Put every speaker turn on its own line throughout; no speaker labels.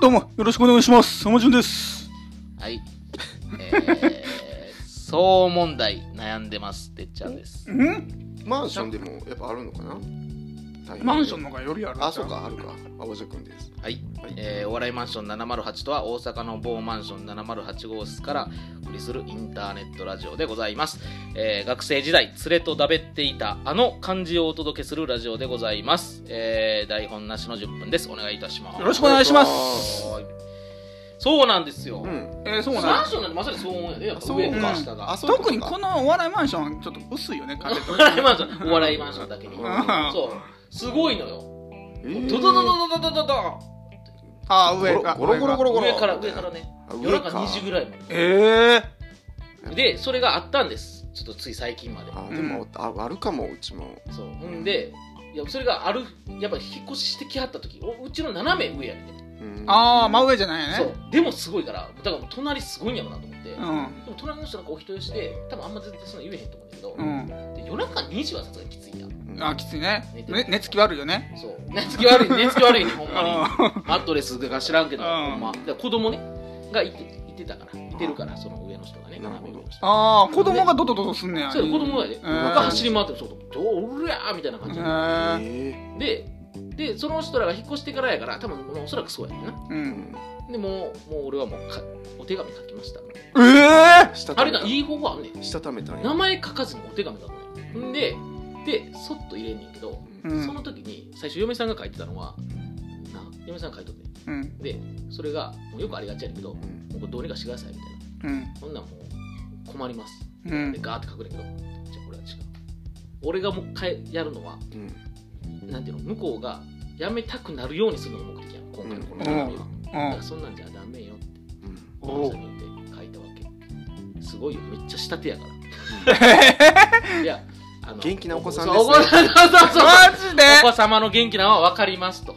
どうも、よろしくお願いします。浜潤です。
はい。えー、 騒音問題悩んでます、てっちゃんです。
ん
マンションでもやっぱあるのかな大変
マンションの方がよりある
あ、そうか、あるか。あ、おじゃくんです。
はい。
はい
えー、お笑いマンション708とは大阪の某マンション708号室からお送りするインターネットラジオでございます。えー、学生時代、連れとだべっていたあの漢字をお届けするラジオでございます。えー、台本なしの10分です。お願いいたします。
よろしくお願いします。
はーいそうなんですよ。
うん。
えー、そう
マ
な
ン
ん
ションなんてまさに騒音やで、やっぱ
そう
上と
か
下が
あ、。そういうと
特に
か
このお笑いマンション、ちょっと薄いよね、 壁と
お。笑いマンション、お笑いマンションだけに。
うん
そう。すごいのよ。
えー
ドドドドドドドド
あー、上が。
ゴロゴロゴロゴロゴロ
上から上からね
あ
夜
上
中
か
2時ぐらいま
上がえー。
ででそれがあったんですちょっとつい最近まで
あ、でも、ああるかも、うちも。
そうほんでいやそれがあるやっぱ引っ越ししてきはった時おうちの斜め上やって
うん
あー、真上じゃないよ
そ
ね。
うでもすごいからだからもう隣すごいんやろなと思って、
う
で
ん。
も隣の人なんかお人よしで多分あんま全然そんな言えへんと思うんだけど、
うん。
で夜中2時はさすがにきついんだ
うん
あー、きついね。
寝てる
ね寝つき悪いよね。
そう寝つき悪い寝つき悪いねほんまに
あ
マットレスが知らんけど、
うん
ほんま、だから子供ねがいていてたからいてるからその上の人がね
なるほ
斜め
ど
上の人
あー、子供がドドドドすんねや。
そう子供がで、
ん
僕が走り回ってるそうとおるやーみたいな感じ
え
で
え
ででその人らが引っ越してからやから多分もうおそらくそうやねんな
ー。う。
ーうんん
でもうもう俺はもうかお手紙書きました
えー
した
あ
た
れ
め
だ
た
いい方法あんねん
したためたんや
名前書かずにお手紙書くねんんででそっと入れんねんけど、
うん
その時に最初嫁さんが書いてたのはな嫁さんが書いとって
うん。
でそれがもうよくありがちやねんけども
うん
うこれどうにかしてくださいみたいな
うん。
そんなんもう困ります
うん
で。ガーって書くねんけどじゃあこれは違う俺がもう一回やるのは
うん
なんていうの向こうがやめたくなるようにするのが目的やん今回のこの手紙は、
うん
だから そんなんじゃダメよって
うん
おに言って書いたわけすごいよめっちゃ仕立てやからいやあの
元気なお子さん
そ
で
う
すね
お子さんそうそうそう
マジで
お子様の元気なのは分かりますと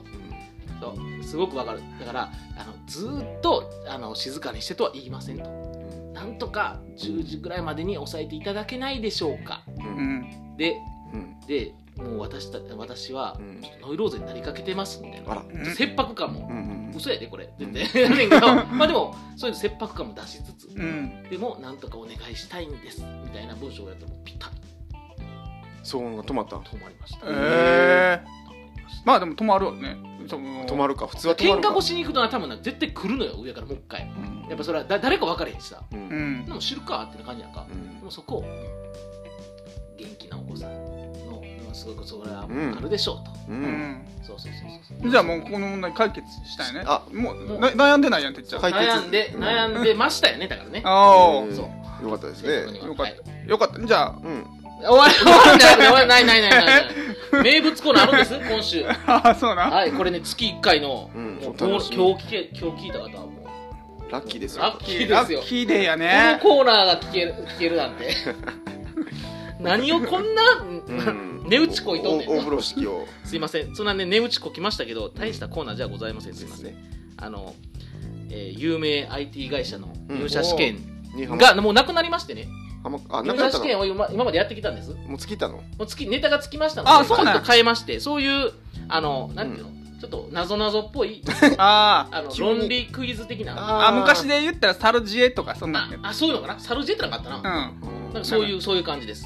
そうすごく分かるだからあのずーっとあの静かにしてとは言いませんと
うん
なんとか10時ぐらいまでに抑えていただけないでしょうか
うん
うん。
で
うん
でもう私た私は
うん
ちょっとノイローゼになりかけてますみたいな
あら
うん
切迫感も
うんうん
嘘やでこれ全然 やねんけどまあでもそういう切迫感も出しつつ、
うん。
でもなんとかお願いしたいんですみたいな文章をやってもピタッ
騒音が止まった
と止まりました、
えー。
止まりました
まあでも止まるわね。止
止まるか普通は止ま
喧
るか
嘩腰に行くとな多分な絶対来るのよ上からもう一回
うん
やっぱそれはだ誰か分かれへんしさ
う
うんん
で。も知るかってな感じやんか
うん
でもそこを元気なお子さんのまあすごくそれはあるでしょうと、
う
うんん。
そうそうそうそう
じゃあもうこの問題解決したいね。
あ
もう
もう
な悩んでないやんてっちゃん。
はい
悩んで
うん
悩んでましたよねだからね
あ
うん
そう
よかったです
正確に
ね
は
よかった
はい
あ、よかった。じゃあ、
うん
終わり終わりない終わりないないない ない名物コーナーあるんです今週
ああ、 そうな。
はいこれね月1回の、
うん
もう
そ
今
う楽
日
しみ
今日聞け今日聞いた方はもうこ
ラッキーですよ
ラッキーいいで
ラ
すよ
ッキーデーや
の
ね。
コーナーが聞ける聞けるなん て何をこんな、
うん
値打ちこいとんねん
お大風呂敷を
すいませんそんなね値打ちこきましたけど大したコーナーじゃございませんすいません、
で
あの、えー有名 IT 会社の入社試験
にハマ
が、もうなくなりましてね
ハマあな
入
くな
社
った
試験
の
を今今までやってきたんです
もう尽きたの
もうつきネタがつきましたの
あ
でち
そ
ょ
うなん
っと変えましてそういうあのなんていうの、ちょっとなぞなぞっ ぽい
ああ。
あの
急に
論理クイズ的な
あ昔で言ったらサルジエとかそんな
あ
んや
あそういうのかなサルジェってなかったな,、
う
なん
ん。
かそういうそういう感じです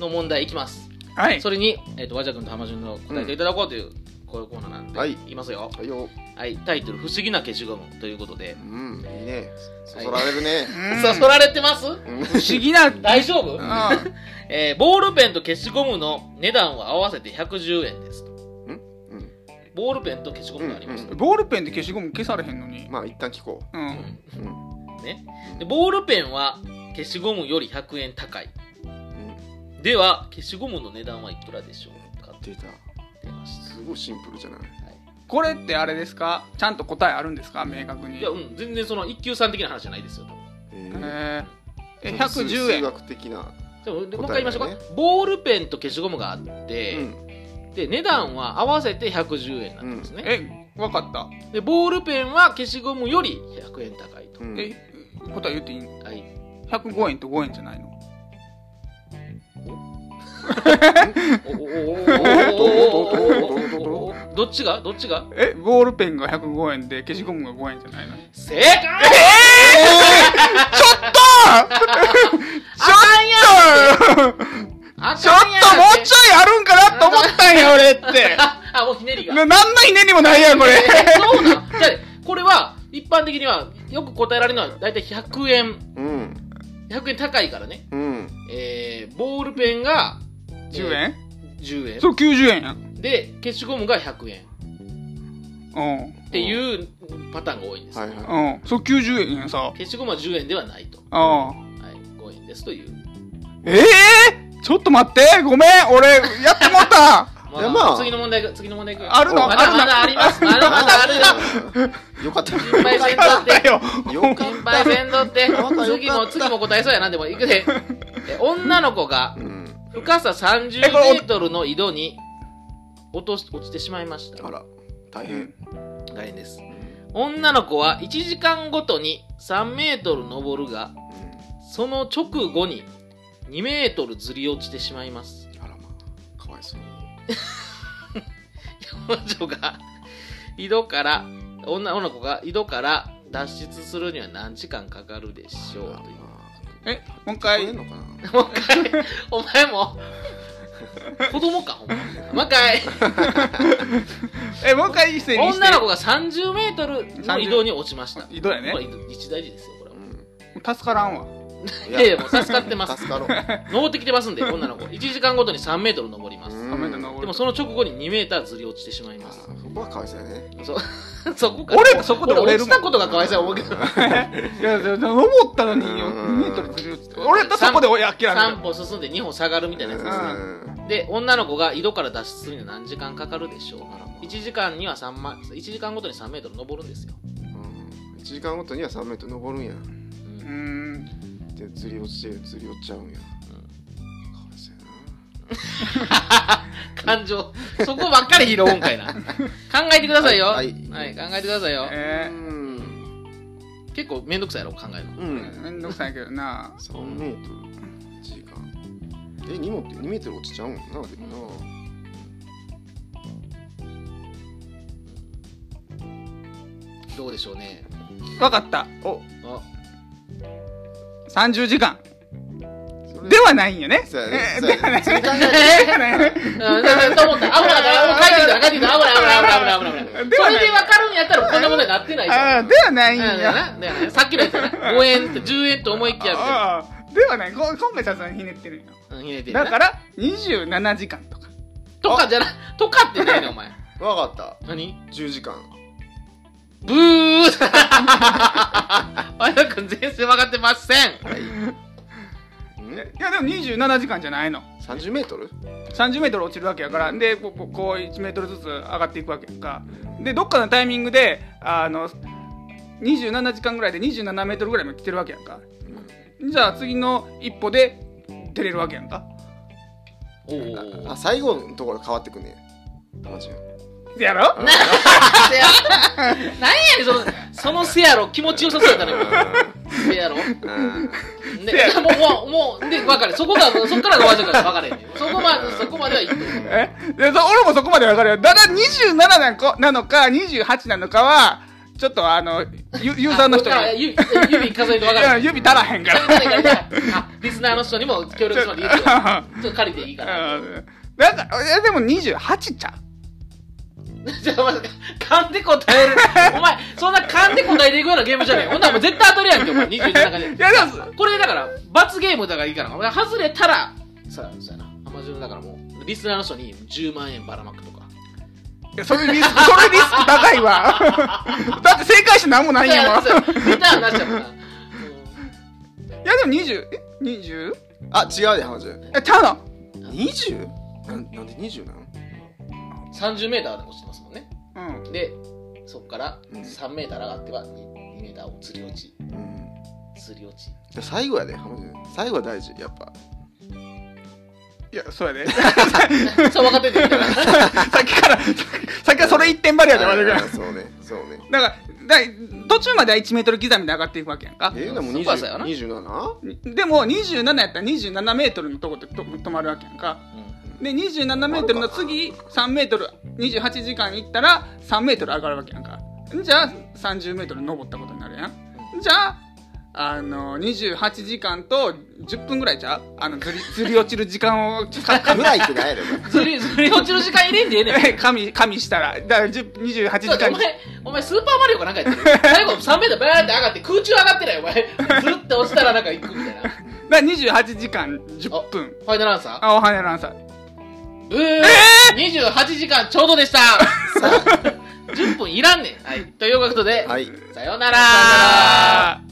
の問題いきます
はい。
それに、えー、と和田君と浜順の答えていただこうという、こういうコーナーなんで、
はい
いますよ
はいよ
はいタイトル「不思議な消しゴム」ということで
う、んいいねそ
はい
そられるね
うん
さそられてます
うん
不思議な。 うん。
大丈夫、
あ
えーボールペンと消しゴムの値段は合わせて110円ですと
うん
ボールペンと消しゴムがあります、
うん
ボールペンで消しゴム消されへんのに。
まあ一旦聞こ
う
うん
ん。
ううん
ね、でボールペンは消しゴムより100円高い
うん
では消しゴムの値段はいくらでしょうかって
出た
出まし
すごいシンプルじゃない
た、はい
これってあれですかちゃんと答えあるんですか明確に。
いやうん全然その一級さん的な話じゃないですよ
え
えー、え
ー
110
数
円。
学的な
でもでもう一回言いましょうか、
答え
ボールペンと消しゴムがあって、で値段は合わせて110円なんですね、
え、わかった。
でボールペンは消しゴムより100円高いと、
うん
え、答え言っていい
はい、
?105 円と5円じゃないの
おおおおおおおおおおおおおおおおおどっちがどっちが
えボールペンが105円で消しゴムが5円じゃないの
正解
ちょっとちょっと
あ
ちょっともうちょいあるんかなと思ったんや俺って
あ、もうひねりが。
な何のひねりもないやんこれ
えそうなんじゃあねこれは、一般的には、よく答えられるのは、だいたい100円。
うん。
100円高いからね。
うん。
えー、ボールペンが、
10円
えー ?10
そう90円やん
円。で、消しゴムが100円。
う
っていうパターンが多いんです。
はいはい。
んうんそう90円やんさ
消しゴムは10円ではないと。
ああ
はい、5円ですという。
ええちょっと待ってごめん俺やってもうた
ま
いやまあ
次の問題が、次の問題が。
あるの
ま
ある
だ
の
まだあります。まだまだあるよ。
よ。よかった。
心配せんと
あ
っ
だ
て。
よ
よかっ
心配せんとって
よかった。
次も、次も答えそうやな。でも、いくで。え女の子が
た。うん。
深さ30メ
えこれお
ートルの井戸に落とし落ちてしまいました
あ。ら、大変。
大変です。女の子は1時間ごとに3メートル登るが、その直後に2メートルずり落ちてしまいます。
あらまあ、かわいそう。
彼女が井戸から女の子が井戸から脱出するには何時間かかるでしょうという
えもう一
あれ
回
のかな
もう一回お前 も子供かほんまもう一回
えもう一回一斉にして
女の子が30メートルの移動に落ちました
移動やね
これ一大事ですよこれは
う
助からんわ
ん。
いやいやもう助かってま
や、
す
助かろう。
登ってきてますんで女の子1時間ごとに3メートル登ります
うん
ごめんな登
でも
る
その直後に2メーターずり落ちてしまい
あ
ます
ーそこはかわいそうやね。
そ そこか
俺そこで折れ
俺
るもん
落ちたことがかわいそうや思うけど
いやいや登ったのに2メートルずり落ちて俺だってそこで俺諦め
3
た
歩進んで2歩下がるみたいなやつですね
うん
で女の子が井戸から脱出するには何時間かかるでしょう
あらまあ
1時間には3万1時間ごとに3メートル登るんですよ、
うん一時間ごとには3メートル登るんや。
うん
うーん
で、ずり落ちて、ずり落ちちゃうんや。かわいそうや
感情そこばっかり拾うんかいな考えてくださいよは、
はいい
考えてくださいよ、
な。
え
ん。
結構めんどくさいやろ考えるの
うん
ー、。めんどくさいけどな
3メートル1時間え2も2メートル落ちちゃうんやなでも
どうでしょうね
わかった
お
あ
30時間
なそれ
ではないんよね
そうやね
えー
そうやねそれ考えたら
ではないね
うん、と思った。危ない、危ない、帰ってきた、帰ってきた、危ない、危ない、危ない、危ない。
で
そ
は
れ
ない
で分かるんやったら、こんなものになってないじゃん。
ああではないん
うんだよ
や
なだよなさっきのやつだな。5円と10円と思いきやみたいな、
ああではないこ今回さすがにひねってるんよ
うんひねってんな
だから27時間とか
とかじゃな、とかってないね、お前。
わかった
何
10時間
ブー前田君全然分かってません
ん
いやでも27時間じゃないの
30メートル
3 0ル落ちるわけやからでこうこうこう1メートルずつ上がっていくわけやんかでどっかのタイミングであの27時間ぐらいで2 7メートルぐらいまで来てるわけやんかじゃあ次の一歩で出れるわけやんか
おお
あ最後のところ変わってくんねたまちゃん
やろ
な何やねんそのそのせやろ気持ちよさそうやったねせやろね
せや
もうもうもうで分かるそこがそこからが分かる分かれへんねんそこまでそこまではいいと思う
えでそ俺もそこまでわかるよただ27なのかなのか28なのかはちょっとあのユユーザーの人
あこ
が
れから指指数えて分か
う
る
ん指足らへんか
それ
ら
で誰かいたらあリスナーの人にも協力してもらっていいですよちょっと借りていいか な
うんなんかえでも28ちゃう
じゃあ、まさか、勘で答える。お前、そんな勘で答えていくようなゲームじゃねえ。ほんならもう絶対当たるやんけ、お前、27 中
い
で。
やでも
これだから、罰ゲームだからいいから、お前、外れたら、さあ、そうやな、浜中だからもう、リスナーの人に10万円ばらまくとか。
いやそれリスクそれリスク高いわだって正解して何もないんやもんい
そうやなそうやなリターンなっちゃうから。
やでも20え20
あ違うでたまちゃん
いやちゃうの
20? なんなんで20なの
30メーター落ちてますもんね。
うん
で、そこから
うん
3メーター上がっては2、2メーターを釣り落ち、
うん
釣り落ち。
で最後やでたまちゃん最後は大事やっぱ
いやそうやで
そう、分かっててみ たいな。
さっきからさっきさっきからそれ一点張りやで私が
あそうねそうね
だからだい途中までは1メートル刻みで上がっていくわけやんか
えでも
そこはそうやな
20
でも27やったら27メートルのとこでと止まるわけやんか
うん
で27メートルの次3メートル28時間行ったら3メートル上がるわけやんかじゃあ30メートル登ったことになるやんじゃああの28時間と10分ぐらいじゃうあのずりずり落ちる時間をかか
ぐらいってないやろ
ずりずり落ちる時間入れんでええ ねん
加味加味したらだから10 28時
ちょっと
間
お前、お前スーパーマリオかなんかやってる最後3メートルバーンって上がって空中上がってないお前。ずっと落ちたらなんか行くみたいな。
だから28時間10分
ファイナルアンサー
あおはようランサー
うー、!28 時間ちょうどで したさあ、10分いらんねん。はい。ということで、
はい
さようなら
あー